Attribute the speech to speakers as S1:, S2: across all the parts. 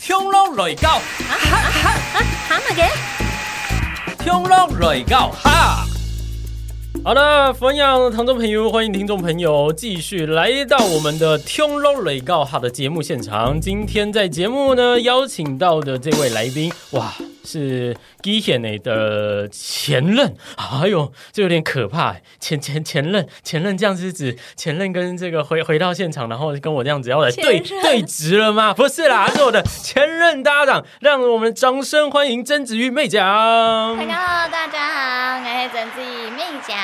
S1: 冲浪來教，
S2: 喊乜嘅？
S1: 冲浪來教哈！好的，汾阳唐州朋友，欢迎听众朋友继续来到我们的《听喽雷告哈》的节目现场。今天在节目呢邀请到的这位来宾，哇，是 g i h 的前任，哎呦，这有点可怕欸，前前前任，前任这样是指前任跟这个回回到现场，然后跟我这样子要来对
S2: 前任
S1: 对质了吗？不是啦，是我的前任搭档，让我们掌声欢迎曾子玉妹讲。
S2: 大家好，大家好，我是曾志妹讲，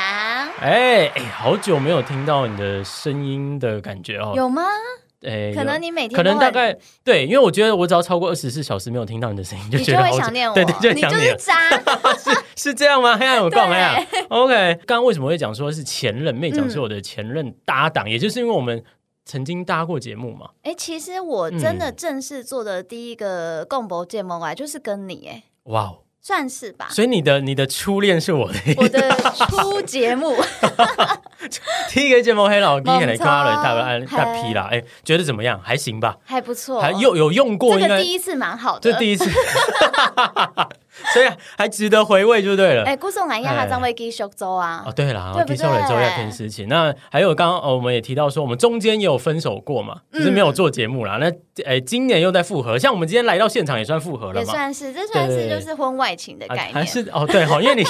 S1: 哎哎，好久没有听到你的声音的感觉哦。
S2: 有吗？
S1: 哎，有
S2: 可能你每天
S1: 可能
S2: 都
S1: 大
S2: 很
S1: 概对，因为我觉得我只要超过二十四小时没有听到你的声音，
S2: 你
S1: 觉
S2: 就
S1: 得
S2: 会
S1: 好久
S2: 想念我，
S1: 对对，就会
S2: 你
S1: 想
S2: 就
S1: 念
S2: 是。渣，
S1: 是这样吗？黑暗有共
S2: 对
S1: 黑暗。OK，刚刚为什么会讲说是前任？妹讲是我的前任搭档，也就是因为我们曾经搭过节目嘛。
S2: 哎、其实我真的正式做的第一个共博见梦啊，就是跟你、哎，
S1: 哇哦！
S2: 算是吧。
S1: 所以你的你的初恋是我的
S2: 我的初节目，
S1: 第一个节目，黑老弟可能
S2: 猛超
S1: 夸了大概大
S2: 嘿
S1: 批啦。哎，觉得怎么样？还行吧？
S2: 还不错，
S1: 还有有用过？
S2: 这
S1: 应
S2: 个
S1: 该
S2: 第一次蛮好的。
S1: 这第一次， 所以还值得回味就对了。
S2: 哎，顾送南亚
S1: 哎
S2: 哈张卫基修州啊
S1: 哦，，对啦，
S2: 对不
S1: 第
S2: 对
S1: 上来之后要看事情。那还有刚刚、哦、我们也提到说，我们中间也有分手过嘛，
S2: 嗯
S1: 就是没有做节目啦。那哎，今年又在复合，像我们今天来到现场也算复合了
S2: 也
S1: 嘛？
S2: 算是，这算是
S1: 对对
S2: 就
S1: 对
S2: 是婚外情的
S1: 啊
S2: 概
S1: 还
S2: 念。
S1: 是哦，对哦，因 为你。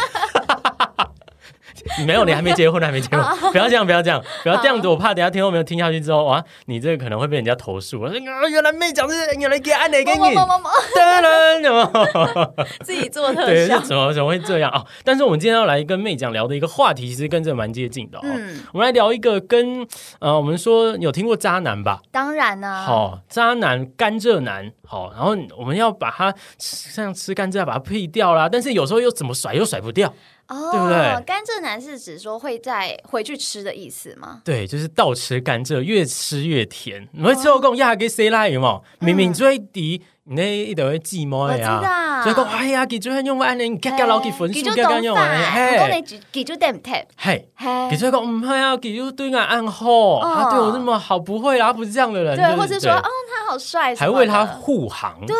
S1: 没有，你还没结婚，还没结
S2: 哦
S1: 婚，不要这样，不要这样，不要这样子，我怕等一下听众朋友听下去之后，哇，你这个可能会被人家投诉。我说，啊原来妹讲是原来给安哪
S2: 不
S1: 个
S2: 不
S1: 你
S2: 不，不不，
S1: 当然有。
S2: 自己做 特
S1: 哦对，
S2: 效
S1: 是。怎么怎么会这样哦？但是我们今天要来跟妹讲聊的一个话题，其实跟这蛮接近的哦。
S2: 嗯，
S1: 我们来聊一个跟呃，我们说有听过渣男吧？
S2: 当然呢、
S1: 好、渣男、甘蔗男，好、然后我们要把它吃像吃甘蔗，把它屁掉啦。但是有时候又怎么甩又甩不掉，
S2: 哦，
S1: 对不对
S2: 甘蔗男是指说会再回去吃的意思吗？
S1: 对，就是倒吃甘蔗，越吃越甜。你会吃后讲呀，给谁来有冇？明明最低，你那一定会寂寞
S2: 嗯我
S1: 的
S2: 知
S1: 呀。所以
S2: 道
S1: 讲，。哎呀，给最后用完你你夹夹老给分数，
S2: 就
S1: 夹夹用
S2: 懂
S1: 完，
S2: 法，我讲
S1: 嘿，
S2: 你只记住 damn tap，
S1: 嘿。给
S2: 嘿，
S1: 这个唔系啊，给就对俺暗号，他对我那么好，不会啦，他不是这样的人，
S2: 哦对，
S1: 就
S2: 或
S1: 是
S2: 是说，
S1: 对
S2: 哦，他好帅什
S1: 还
S2: 么的，
S1: 为他护航，
S2: 对，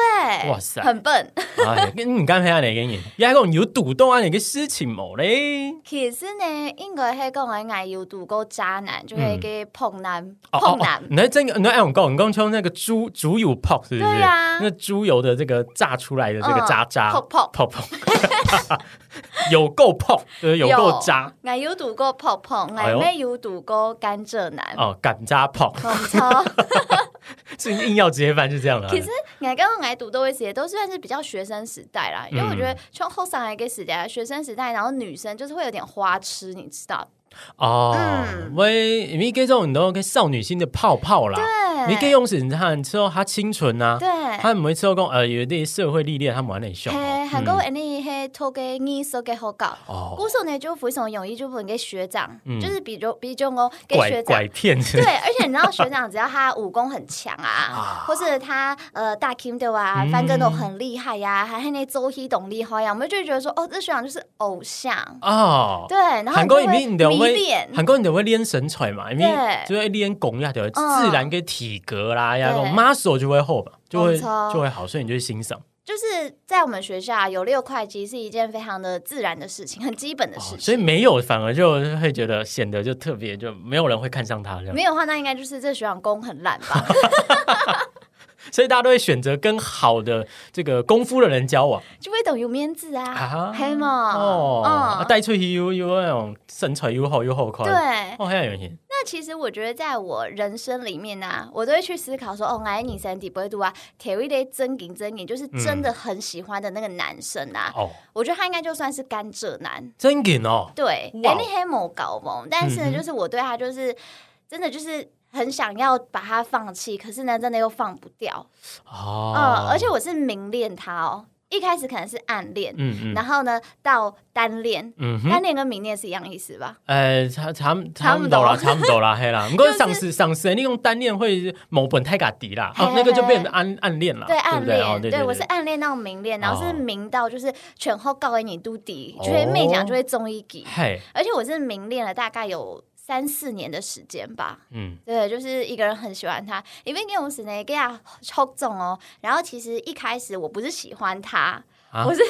S1: 哇塞
S2: 很笨。
S1: 哎，跟你刚才那个人，也讲有主动啊，那个事情冇嘞，
S2: 其实呢，应该系讲嘅爱要度过渣男，就
S1: 嗯
S2: 会给碰男
S1: 哦
S2: 碰
S1: 哦
S2: 男
S1: 哦，你那真，你那我讲，你刚从那个猪猪油泡是不是？
S2: 对啊
S1: 那猪油的这个炸出来的这个
S2: 嗯
S1: 渣渣
S2: 泡泡
S1: 泡泡， 有够泡，就是 有够渣
S2: 我有读过泡泡，
S1: 哎呦
S2: 我妹有读过甘蔗男，
S1: 哦，赶渣泡，
S2: 没错。
S1: 是硬要直接翻是这样的啊。
S2: 其实我刚刚来读都会写，都算是比较学生时代啦，
S1: 嗯
S2: 因为我觉得从后上来个时代，学生时代，然后女生就是会有点花痴，你知道？
S1: 哦，
S2: 嗯
S1: 喂，因为这种你都给少女心的泡泡啦，你可以
S2: 对，
S1: 用审查之后，他清纯呐、啊，
S2: 对。
S1: 他每次都讲呃有啲社会历练，他们玩得很凶
S2: 嘿，
S1: 哦。
S2: 韩国人呢，嘿，偷给你手给好搞。
S1: 哦，
S2: 古手呢，就服从泳衣，就不能给学长
S1: 嗯，
S2: 就是比如比中哦，给
S1: 拐
S2: 学长
S1: 拐骗子
S2: 对，而且你知道学长只要他武功很强 啊，或是他呃大 Kim 的啊
S1: 嗯，
S2: 翻跟斗很厉害呀、还有那周黑懂厉害呀，我们就会觉得说哦，这学长就是偶像。
S1: 哦。
S2: 对，然后
S1: 韩
S2: 你就
S1: 国
S2: 会
S1: 人民你就
S2: 迷
S1: 会
S2: 恋，
S1: 韩国人就会练身材嘛，因为
S2: 对
S1: 就会练功呀，就会
S2: 嗯
S1: 自然跟体格啦，呀，
S2: 对
S1: 种 muscle 就会厚嘛，就会
S2: 没错
S1: 就会好，所以你就会欣赏。
S2: 就是在我们学校啊有六块肌是一件非常的自然的事情，很基本的
S1: 哦
S2: 事情。
S1: 所以没有反而就会觉得显得就特别，就没有人会看上他这样。
S2: 没有的话，那应该就是这学长功很烂 吧？
S1: 所以大家都会选择跟好的这个功夫的人交往。
S2: 就会等有面子
S1: 啊
S2: 啊，黑嘛，
S1: 哦，啊
S2: 嗯，
S1: 带出去又又那种身材又好又好看，
S2: 对，
S1: 哦，很有型。
S2: 那其实我觉得，在我人生里面啊，我都会去思考说，哦，哎，你身体不会读啊，铁卫的真顶真顶，就是真
S1: 嗯
S2: 的很喜欢的那个男生啊，
S1: 哦，
S2: 我觉得他应该就算是甘蔗男，
S1: 真紧哦，
S2: 对，
S1: 哇
S2: 哎，你黑某搞某，但是
S1: 嗯
S2: 呢，
S1: 哼
S2: 就是我对他就是真的就是。很想要把他放弃，可是呢，真的又放不掉。嗯、
S1: 哦，
S2: 而且我是明恋他哦，一开始可能是暗恋，
S1: 嗯嗯
S2: 然后呢到单恋，
S1: 嗯哼，
S2: 单恋跟明恋是一样意思吧？
S1: 呃，差差不差
S2: 差
S1: 不
S2: 不
S1: 多
S2: 多
S1: 啦，差不多 啦，嘿啦。不过上司上司，你用单恋会某本太嘎迪啦，哦，
S2: 嘿
S1: 那个就变成
S2: 嘿
S1: 暗暗恋啦，
S2: 对
S1: 不
S2: 暗
S1: 对？哦
S2: 恋，
S1: 对
S2: 我是暗恋到明恋，然后是明到就是全后告给你都底
S1: 哦，
S2: 就会媚讲就会中一级，
S1: 嘿，
S2: 而且我是明恋了大概有三四年的时间吧。
S1: 嗯
S2: 对，就是一个人很喜欢他，因为给我是那个呀抽中哦。然后其实一开始我不是喜欢他，
S1: 啊
S2: 我是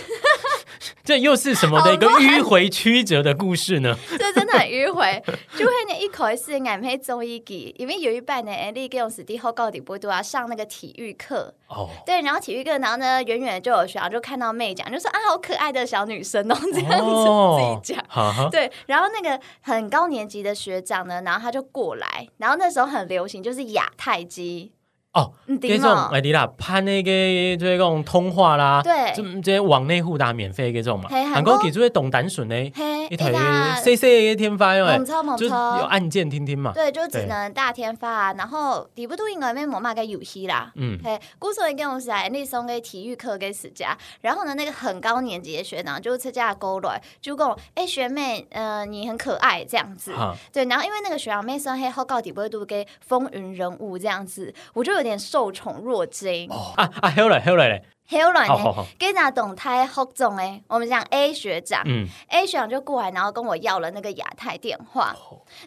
S1: 这又是什么 的一个
S2: 好乱
S1: 迂回曲折的故事 呢？
S2: 这真的很迂回。就会呢一口一次俺们中医给，因为有一半呢，你给我是第后高底波多啊上那个体育课，
S1: 哦，
S2: 对，然后体育课，然后呢远远就有学长就看到妹讲，就说啊好可爱的小女生哦，这样子、
S1: 哦
S2: 自己讲。
S1: 哈哈，
S2: 对，然后那个很高年级的学长呢，然后他就过来，然后那时候很流行就是亚太机，
S1: 哦，
S2: 你
S1: 这
S2: 懂
S1: 种
S2: 吗？
S1: 哎你啦，攀那个这种通话啦，
S2: 对
S1: 这这些网内互打免费这种嘛，
S2: 嘿
S1: 韩
S2: 韩
S1: 国
S2: 国
S1: 给出来懂胆笋呢，
S2: 嘿，
S1: 一
S2: 哎
S1: 台
S2: 呀
S1: C C A 天发哟，哎
S2: 猛抽猛
S1: 就
S2: 抽
S1: 有，按键听听嘛，
S2: 对，就只
S1: 对
S2: 能大天发、啊然后底部都应该没某嘛个游戏啦。
S1: 嗯，
S2: 嘿，故事跟我是来，那时候给体育课给暑假，然后呢，那个很高年级的学长就参加勾来，就跟我，哎、学妹，呃，你很可爱这样子。
S1: 哈，
S2: 对，然后因为那个学长妹算黑后告底部都给风云人物这样子，我就有点受宠若惊。
S1: 哦啊啊，好嘞好嘞嘞，
S2: 还有软
S1: 好好
S2: 呢，
S1: 好，
S2: 给哪懂太好总哎，我们讲 A 学长、
S1: 嗯，
S2: a 学长就过来，然后跟我要了那个亚太电话。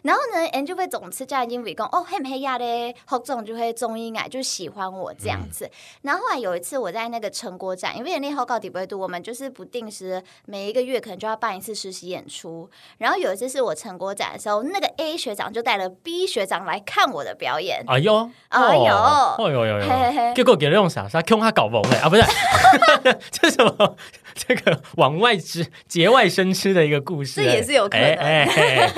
S2: 然后呢，N 就被总吃家英语讲哦，黑不黑亚嘞，好总就会中英啊，就喜欢我这样子。然后后来有一次我在那个成果展，因为人力后高底不会读，我们就是不定时每一个月可能就要办一次实习演出。然后有一次是我成果展的时候，那个 A 学长就带了 B 学长来看我的表演。
S1: 哎呦，
S2: 哎呦
S1: 哦哎呦呦
S2: 嘿
S1: 呦。
S2: 嘿嘿，
S1: 结果给了用啥啥 Q 他搞懵了啊，不是， 这是什么？ 这个往外之节外生枝的一个故事，
S2: 这也是有可能
S1: 哎哎哎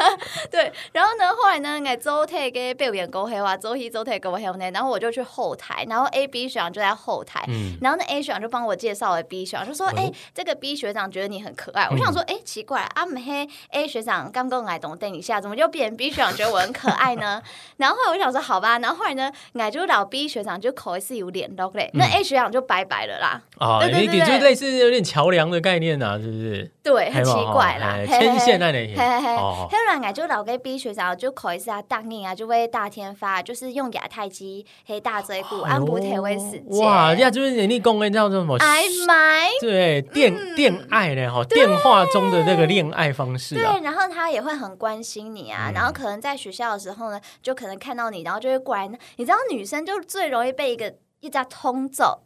S2: 对，然后呢，后来呢，给周泰给被我演勾黑哇，周一周泰给我黑呢，然后我就去后台，然后 A B 学长就在后台。
S1: 嗯，
S2: 然后那 A 学长就帮我介绍了 B 学长，就
S1: 哦
S2: 说：“哎、这个 B 学长觉得你很可爱。”我想说：“
S1: 嗯
S2: 哎、奇怪，阿姆黑 A 学长刚跟我来懂等一下，怎么就变成 B 学长觉得我很可爱呢？” 然后后来我想说：“好吧。”然后后来呢，俺就老 B 学长就口一次有联络
S1: 嗯
S2: 嘞，那 A 学长就拜拜了啦。
S1: 啊，
S2: 对对
S1: 你
S2: 对
S1: 你就
S2: 对
S1: 类似有点桥梁的概念啊，是不是？
S2: 对，很奇怪啦，
S1: 嘿
S2: 嘿
S1: 嘛嘿
S2: 嘿
S1: 牵
S2: 嘿
S1: 线那里
S2: 嘿，嘿嘿，
S1: 哦
S2: 后来俺就老给 B 学长就考一下答应啊，就为大天发，就是用亚太机黑大椎骨安博台位死结。
S1: 哎哇，呀，就是你讲的叫做什么？
S2: 哎嗯买
S1: 对，电电爱呢？哈，电话中的那个恋爱方式啊，嗯
S2: 对，然后他也会很关心你啊，然后可能在学校的时候呢，就可能看到你，然后就会过来。你知道女生就最容易被一个一家通走，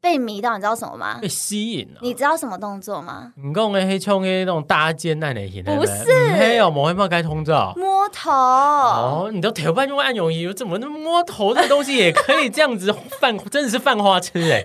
S2: 被迷到，你知道什么吗
S1: 被？吸引啊。
S2: 你知道什么动作吗？
S1: 你讲的黑冲黑那种搭肩那类型的，
S2: 不是
S1: 没有，某一方该通知啊。
S2: 摸头。
S1: 哦，你都铁半用暗涌仪，怎么那么摸头这东西也可以这样子犯，真的是犯花痴哎、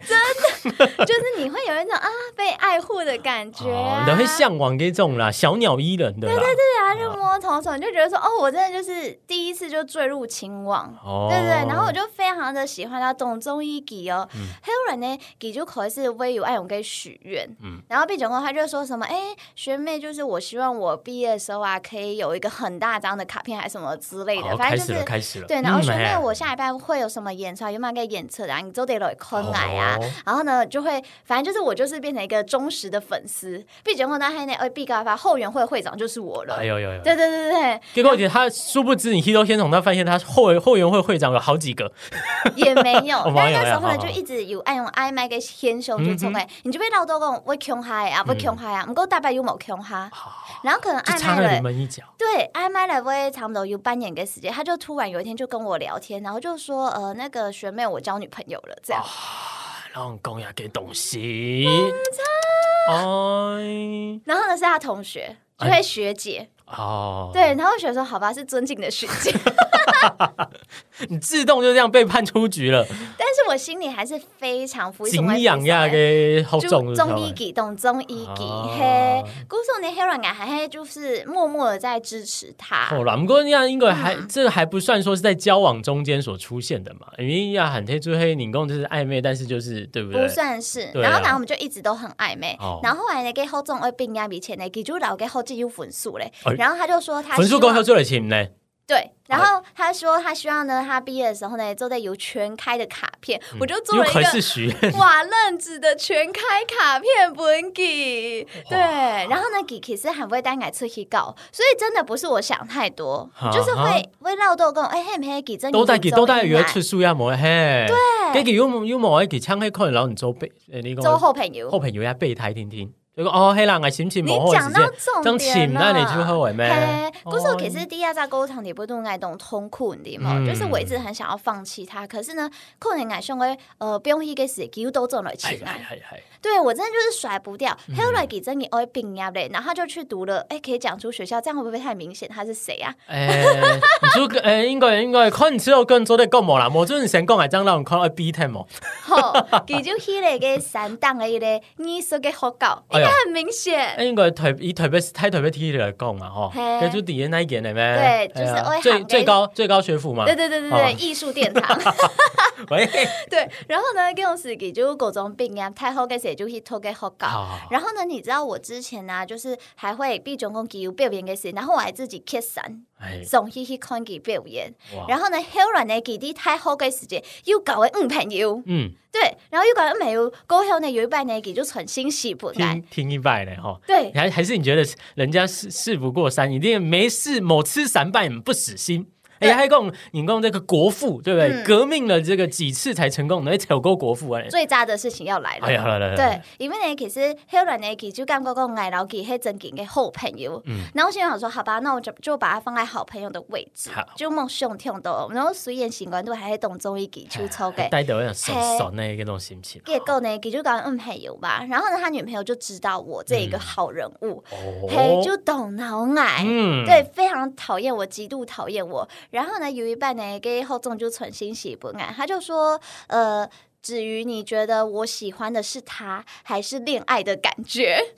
S2: 就是你会有一种啊被爱护的感觉、
S1: 哦，
S2: 啊
S1: 你都会哦向往给这种啦，小鸟依人的啦。对对对，
S2: 他就摸头手，你就觉得说，哦，我真的就是第一次就坠入情网。
S1: 哦，
S2: 对对对，然后我就非常的喜欢他懂中医给哦，
S1: 嗯
S2: 还有人呢给就可以是微有爱勇给许愿，
S1: 嗯
S2: 然后毕总后他就说什么，哎，学妹就是我希望我毕业的时候啊，可以有一个很大张的卡片还是什么之类
S1: 好
S2: 的，反
S1: 哦开
S2: 正
S1: 始
S2: 就
S1: 了，
S2: 是
S1: 开始了。
S2: 对，然后
S1: 嗯
S2: 学
S1: 哎
S2: 妹我下一拜会有什么演出啊，有没有给演出的啊，你都得来坑来啊，
S1: 哦
S2: 然后呢，就会反正就是我就是变成一个忠实的粉丝。毕竟后呢，还那哎，毕嘎发后援会会长就是我了。
S1: 哎呦呦呦！
S2: 对对对对
S1: 结果姐他殊不知，你踢到先从他发现他后后援会会长有好几个，
S2: 对，也没
S1: 哦
S2: 有。但
S1: 没
S2: 是
S1: 有
S2: 那时
S1: 呀
S2: 候呢，
S1: 好嗯
S2: 就
S1: 好
S2: 一直有爱用爱麦给天兄就冲哎，你就被闹到讲我穷嗨
S1: 嗯
S2: 啊，我穷嗨啊，不过大伯有冇穷哈？然后可能
S1: 就
S2: 爱
S1: 差了
S2: 麦
S1: 临
S2: 了。
S1: 门一脚。
S2: 对，爱麦了，我也差不多有半年给时间，他就突然有一天就跟我聊天，然后就说，呃，那个学妹我交女朋友了，这
S1: 哦
S2: 样。
S1: 让公也给东西，哎，
S2: 然后呢是他同学，就会学姐，
S1: 哦，
S2: 对，，然后我学说好吧，是尊敬的学 姐，
S1: 你自动就这样被判出局了，
S2: 但是我心里还是非常服
S1: 敬仰呀
S2: 个。
S1: 给好
S2: 就
S1: 重
S2: 中医给懂中医给
S1: 哦
S2: 嘿，故事呢黑人啊，还嘿就是默默的在支持他
S1: 哦，。啦，不过那样应该
S2: 嗯
S1: 还、这还不算说是在交往中间所出现的嘛，因为要喊黑追黑，你共就是暧昧，但是就是对不对？
S2: 不算是，
S1: 对啊
S2: 然后反正我们就一直都很暧昧
S1: 哦。
S2: 然后后来呢，给后中二病压比前呢，给就老给后继有分数嘞
S1: 哎。
S2: 然后他就说他
S1: 分数
S2: 希
S1: 高哎
S2: 望
S1: 要做得清呢，
S2: 对，然后他说他希望呢，他毕业的时候呢，坐在有全开的卡片，我就
S1: 嗯
S2: 做
S1: 又
S2: 了一
S1: 可
S2: 个
S1: 是许 愿，
S2: 瓦楞纸的全开卡片本给，对，然后呢，给其实很会单改出去搞，所以真的不是我想太多
S1: 啊，
S2: 就是
S1: 啊
S2: 会会绕到跟我哎嘿没嘿给真的
S1: 都带给都带
S2: 原
S1: 原出数要模嘿，哎对，给给有有某一给枪黑扣，然后你周背，呃，你
S2: 周
S1: 讲
S2: 后朋友
S1: 后朋友要备胎听听，就讲哦，黑人的心情
S2: 你
S1: 无好的
S2: 讲
S1: 时
S2: 到
S1: 间，
S2: 重点
S1: 请咱你
S2: 了。
S1: 去好的咩
S2: 嘿？，故事
S1: 哦
S2: 可是第一在沟通里不都爱懂痛苦，你嘛、
S1: 嗯
S2: 就是我一直很想要放弃它，可是呢，可能爱上个呃，不用一个时机都做了
S1: 哎
S2: 起来。
S1: 哎嗯哎哎，
S2: 对我真的就是甩不掉。还有来给真给我病呀嘞，然后他就去读了，哎，可以讲出学校，这样会不会太明显他是谁啊？
S1: 诶，唔知诶，呃应该应该，可能只有跟做得讲无啦，无准先讲系怎人看到比睇无。
S2: 吼，佮就迄个个散档的迄个艺术嘅学教，
S1: 哎
S2: 应
S1: 呦哎
S2: 该很明显。
S1: 应该台以台北台台北体来讲嘛吼，
S2: 嘿
S1: 跟就底下那一件的咩
S2: 对？就是
S1: 哎呀
S2: 我会
S1: 最
S2: 喊
S1: 最
S2: 给
S1: 高最高学府嘛。
S2: 对对对对
S1: 哦
S2: 对，艺术殿堂。
S1: 喂，
S2: 对，然后呢，跟我自己就各种病呀，太好嘅时候就去偷给学教。
S1: 好，
S2: 然后呢，你知道我之前呢、就是还会比中共给有表演嘅事，然后我还自己去散，
S1: 哎，
S2: 送去去看给表演。
S1: 哇，
S2: 然后呢，后来呢，给啲太好嘅时节又搞个女朋友。
S1: 嗯，
S2: 对，然后又感觉没有过后呢，有一半呢给就存心洗不干
S1: 听。听一拜嘞吼。
S2: 对，
S1: 还还是你觉得人家事事不过三，一定没事某吃三拜不死心。哎、
S2: 对
S1: 还讲你讲这个国父对不对？
S2: 嗯
S1: 革命了这个几次才成功的，哎，有够国父哎、
S2: 最渣的事情要来了。
S1: 哎呀，来来来，
S2: 对，因为呢，其实黑人呢，其实就感觉讲爱老给黑真给的好朋友。
S1: 嗯
S2: 然后我心里想说，好吧，那我就就把它放在好朋友的位置
S1: 好，
S2: 就梦想听到。然后虽然习惯都还是懂中医给
S1: 哎
S2: 出抽 给。
S1: 待会有手手那个种心情。
S2: 结果呢，给就讲嗯朋友吧，然后呢，他女朋友就知道我这一个
S1: 嗯
S2: 好人物，嘿，
S1: 哦，
S2: 就懂脑癌。
S1: 嗯，
S2: 对，，非常讨厌我，极度讨厌我。然后呢，有一半呢给后总就存心喜不爱，他就说，呃。至于你觉得我喜欢的是他，还是恋爱的感 觉？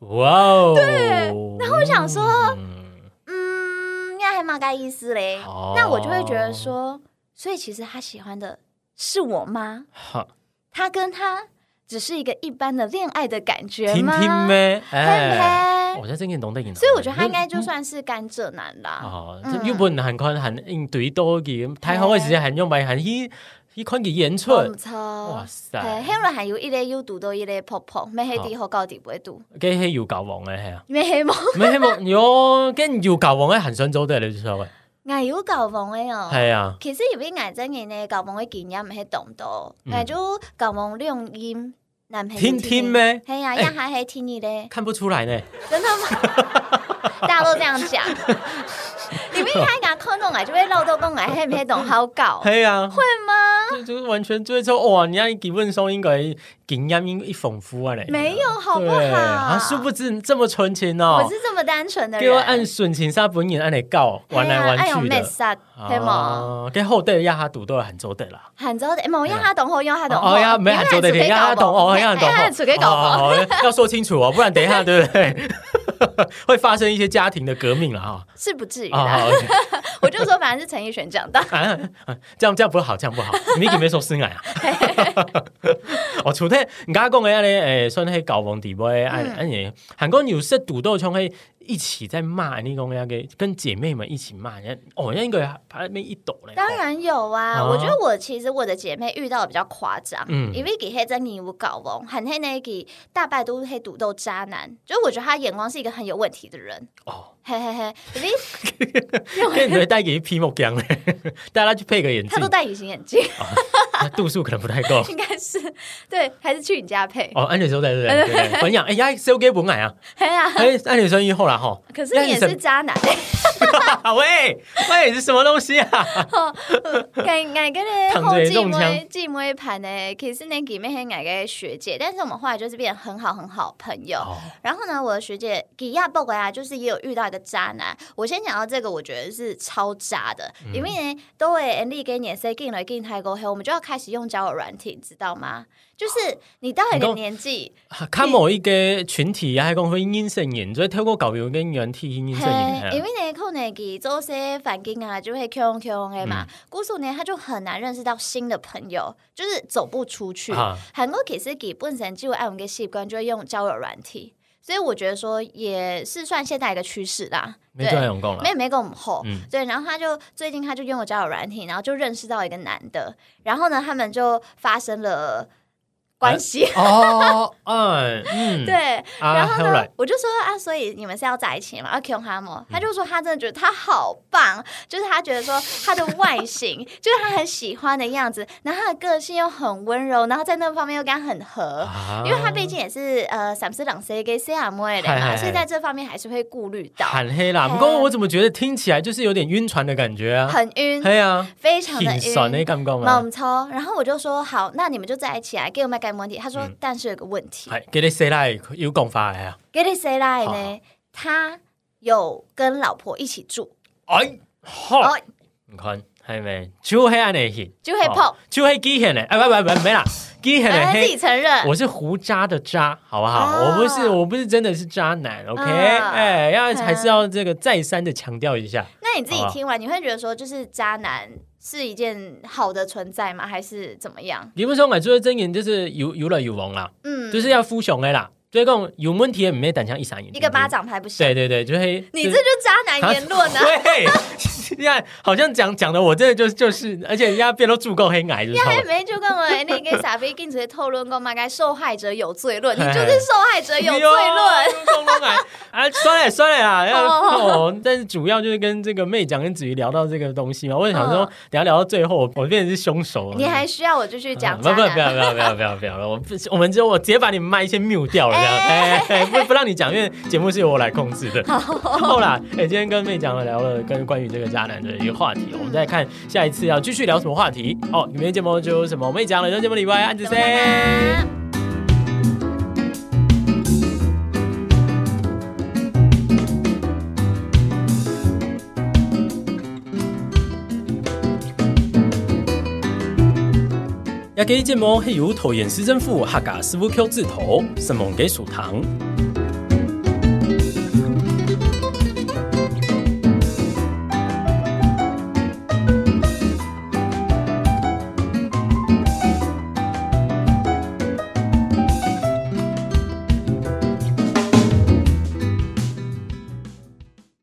S1: 哇哦，
S2: 然后我想说，
S1: 嗯，
S2: 嗯，那还蛮该意思嘞。
S1: 哦
S2: 那我就会觉得说，所以其实他喜欢的是我吗？
S1: 好，
S2: 他跟他只是一个一般的恋爱的感觉
S1: 听
S2: 吗？
S1: 听呗，哎，
S2: 嘿嘿
S1: 我在这边懂得赢，嗯
S2: 所以我觉得他应该就算是甘蔗男啦。
S1: 哦，
S2: 嗯
S1: 这日本韩款韩应对多嘅，太好嘅时间韩用埋韩迄迄款嘅演出，
S2: 唔错，
S1: 哇塞
S2: 哦嘿香港还有一个有毒到一个泡泡，咩黑地好高地不会毒，
S1: 跟迄摇教王嘅系啊，
S2: 咩黑毛，
S1: 唔希望有跟摇教王嘅韩上组都系你所谓，
S2: 我有搞梦的哦。
S1: 啊系啊，
S2: 其实因为我真嘅呢，搞梦的经验唔系懂到，
S1: 嗯
S2: 我就搞梦用音，男朋友
S1: 听听？咩，
S2: 系啊，
S1: 哎
S2: 呀还系听你咧，
S1: 看不出来呢，
S2: 真 的吗？大家都这样讲，你们一开讲看懂啊，就会漏到讲啊，系唔系懂好搞？
S1: 系啊。
S2: 会吗？
S1: 就就完全追抽哇！你看基本上应该经验应一丰富啊嘞，
S2: 没有好不
S1: 对啊，
S2: 好？
S1: 殊不知这么纯情哦
S2: 我，是这么单纯的人，
S1: 给我按纯情杀本人按来告，玩来
S2: 哎呀
S1: 玩去
S2: 哎呦
S1: 的
S2: ，mess，up，黑毛。
S1: 跟后代压他赌都系很做得啦。
S2: 杭州的，哎某一下懂后，用下懂
S1: 哎哦，呀，没喊做的，等一下懂哦，没喊懂
S2: 下属给搞不？
S1: 哦，要说清楚哦，不然等一下对不对？会发生一些家庭的革命了哈。
S2: 是不至于
S1: 啊，
S2: 的。
S1: 好
S2: 我就说反正是陈奕 迅讲的，
S1: 啊啊这样这样不好，这样不好。你给没说是啊？ 哦，除了你刚刚讲的咧，诶，算系搞王底杯，哎
S2: 嗯
S1: 哎你韩国有些赌斗冲会一起在骂你讲那个，跟姐妹们一起骂人，哦，那个把那边一抖嘞。
S2: 当然有啊。
S1: 哦
S2: 我觉得我其实我的姐妹遇到的比较夸张，
S1: 嗯
S2: 因为给黑珍妮有搞翁，很黑那给大半都是黑赌斗渣男，就是我觉得他眼光是一个很有问题的人，
S1: 哦，
S2: 嘿 嘿嘿，因为
S1: 跟你会戴给一批墨镜嘞， 大家去配个眼
S2: 他
S1: 镜
S2: 都，戴隐形眼镜，
S1: 那度数可能不太够。
S2: 应该是对，还是去你家配，
S1: 哦，安全收在对对对，很养哎呀，收给本矮啊，
S2: 嘿啊。
S1: 哎，安全生意后来吼，
S2: 可是你也是渣男，
S1: 喂喂，是什么东西啊？
S2: 爱爱跟咧
S1: 躺
S2: 后
S1: 着也
S2: 继
S1: 中枪
S2: 妹继妹盘呢，其实那几妹还爱个学姐，但是我们后来就是变得很好很好朋友。
S1: 哦，
S2: 然后呢，我的学姐给亚报过来，就是也有遇到一个渣男。我先讲到这个，我觉得是超渣的，
S1: 嗯
S2: 因为呢，都会 N 利给你 C 进来进泰国黑，我们就要开始用交友软体，你知道吗？就是你到了一
S1: 哦你
S2: 个
S1: 说
S2: 年纪，
S1: 看某一个群体啊，还讲会阴盛人，所以透过搞有跟人体阴盛人，
S2: 因为呢，可能给做些反应啊，就会 Q Q 黑
S1: 嗯
S2: 嘛。故此呢，他就很难认识到新的朋友，就是走不出去。
S1: 啊
S2: 韩国其实给本身就爱我们个习惯，就会用交友软体。所以我觉得说也是算现在一个趋势啦，
S1: 没
S2: 对。
S1: 专用功了
S2: 没，有没跟我们吼，
S1: 嗯
S2: 对，然后他就最近他就用我交友软体，然后就认识到一个男的，然后呢，他们就发生了关系。
S1: 哦，嗯嗯，
S2: 对，
S1: 啊
S2: 然后呢
S1: alright
S2: 我就说啊，所以你们是要在一起吗？啊 k i n g h a
S1: 嗯
S2: m 他就说他真的觉得他好棒，就是他觉得说他的外形 就是他很喜欢的样子，然后他的个性又很温柔，然后在那方面又跟他很合。
S1: 啊
S2: 因为他毕竟也是呃，三斯朗 C 跟 C M 的
S1: 嗨嗨
S2: 嘛，
S1: 嗨
S2: 所以在这方面还是会顾虑到，
S1: 喊黑啦，
S2: 嘿
S1: 不过我怎么觉得听起来就是有点晕船的感觉啊？
S2: 很晕，
S1: 嘿啊，
S2: 非常的
S1: 挺爽的，
S2: 晕。
S1: 敢不啊敢嘛？
S2: 猛抽，然后我就说好，那你们就在一起啊，给我们改问题。他说
S1: 嗯，
S2: 但是有个问题，
S1: 哎，给你 say 啦，有讲法的啊！
S2: 给你谁来
S1: 好好
S2: 呢？他有跟老婆一起住，
S1: 哎，好
S2: 哦，
S1: 你看，系咪？就系安尼去，
S2: 就会 碰，
S1: 就系基现的，哎，不不不，没啦，基现的
S2: 哎，自
S1: 黑
S2: 己。承 认。
S1: 我是胡渣的渣，好不好？
S2: 啊
S1: 我不是，我不是真的是渣男，OK？
S2: 啊
S1: 哎、要、
S2: 嗯
S1: 还是要这个再三的强调一下，
S2: 那你自己
S1: 好吧
S2: 听完，你会觉得说，就是渣男是一件好的存在吗？还是怎么样？
S1: 李不松买出的真言就是有有了有王啦，
S2: 嗯，
S1: 就是要敷熊的啦，所以讲有问题也免等下一闪眼，
S2: 一个巴，掌拍不响。
S1: 对对对，就是
S2: 你这就渣男言论 啊！
S1: 对，你看好像讲讲的我真的就就是，而且人家变都足够黑矮，就是
S2: 因
S1: 他
S2: 为
S1: 们
S2: 哎没就跟我那个傻逼跟直接透论过嘛，该受害者有罪论，你
S1: 哎
S2: 就是受害者哎有罪论。
S1: 公公来啊，算了算了 啦，要
S2: 哦
S1: 哦。但是主要就是跟这个妹讲跟子瑜聊到这个东西嘛，我就想说
S2: 嗯，
S1: 等一下聊到最后，我我变成是凶手了。啊
S2: 你还需要我就去讲
S1: 不
S2: 渣
S1: 不不
S2: 男？
S1: 要
S2: 啊
S1: 不要不要不要不要了，我不我们就我直接把你们麦先 mute 掉了这样，哎、哎不不让你讲，因为节目是由我来控 制的。好啦，哎、今天跟妹讲了聊了跟关于这个渣男的一个话题，我们再看下一次要继续聊什么话题哦。你们的节目就有什么我妹讲了，那节目礼拜安子
S2: 怎么啦
S1: C。也给建模黑油头眼失正负，哈嘎师傅 Q 字头，什么给属堂。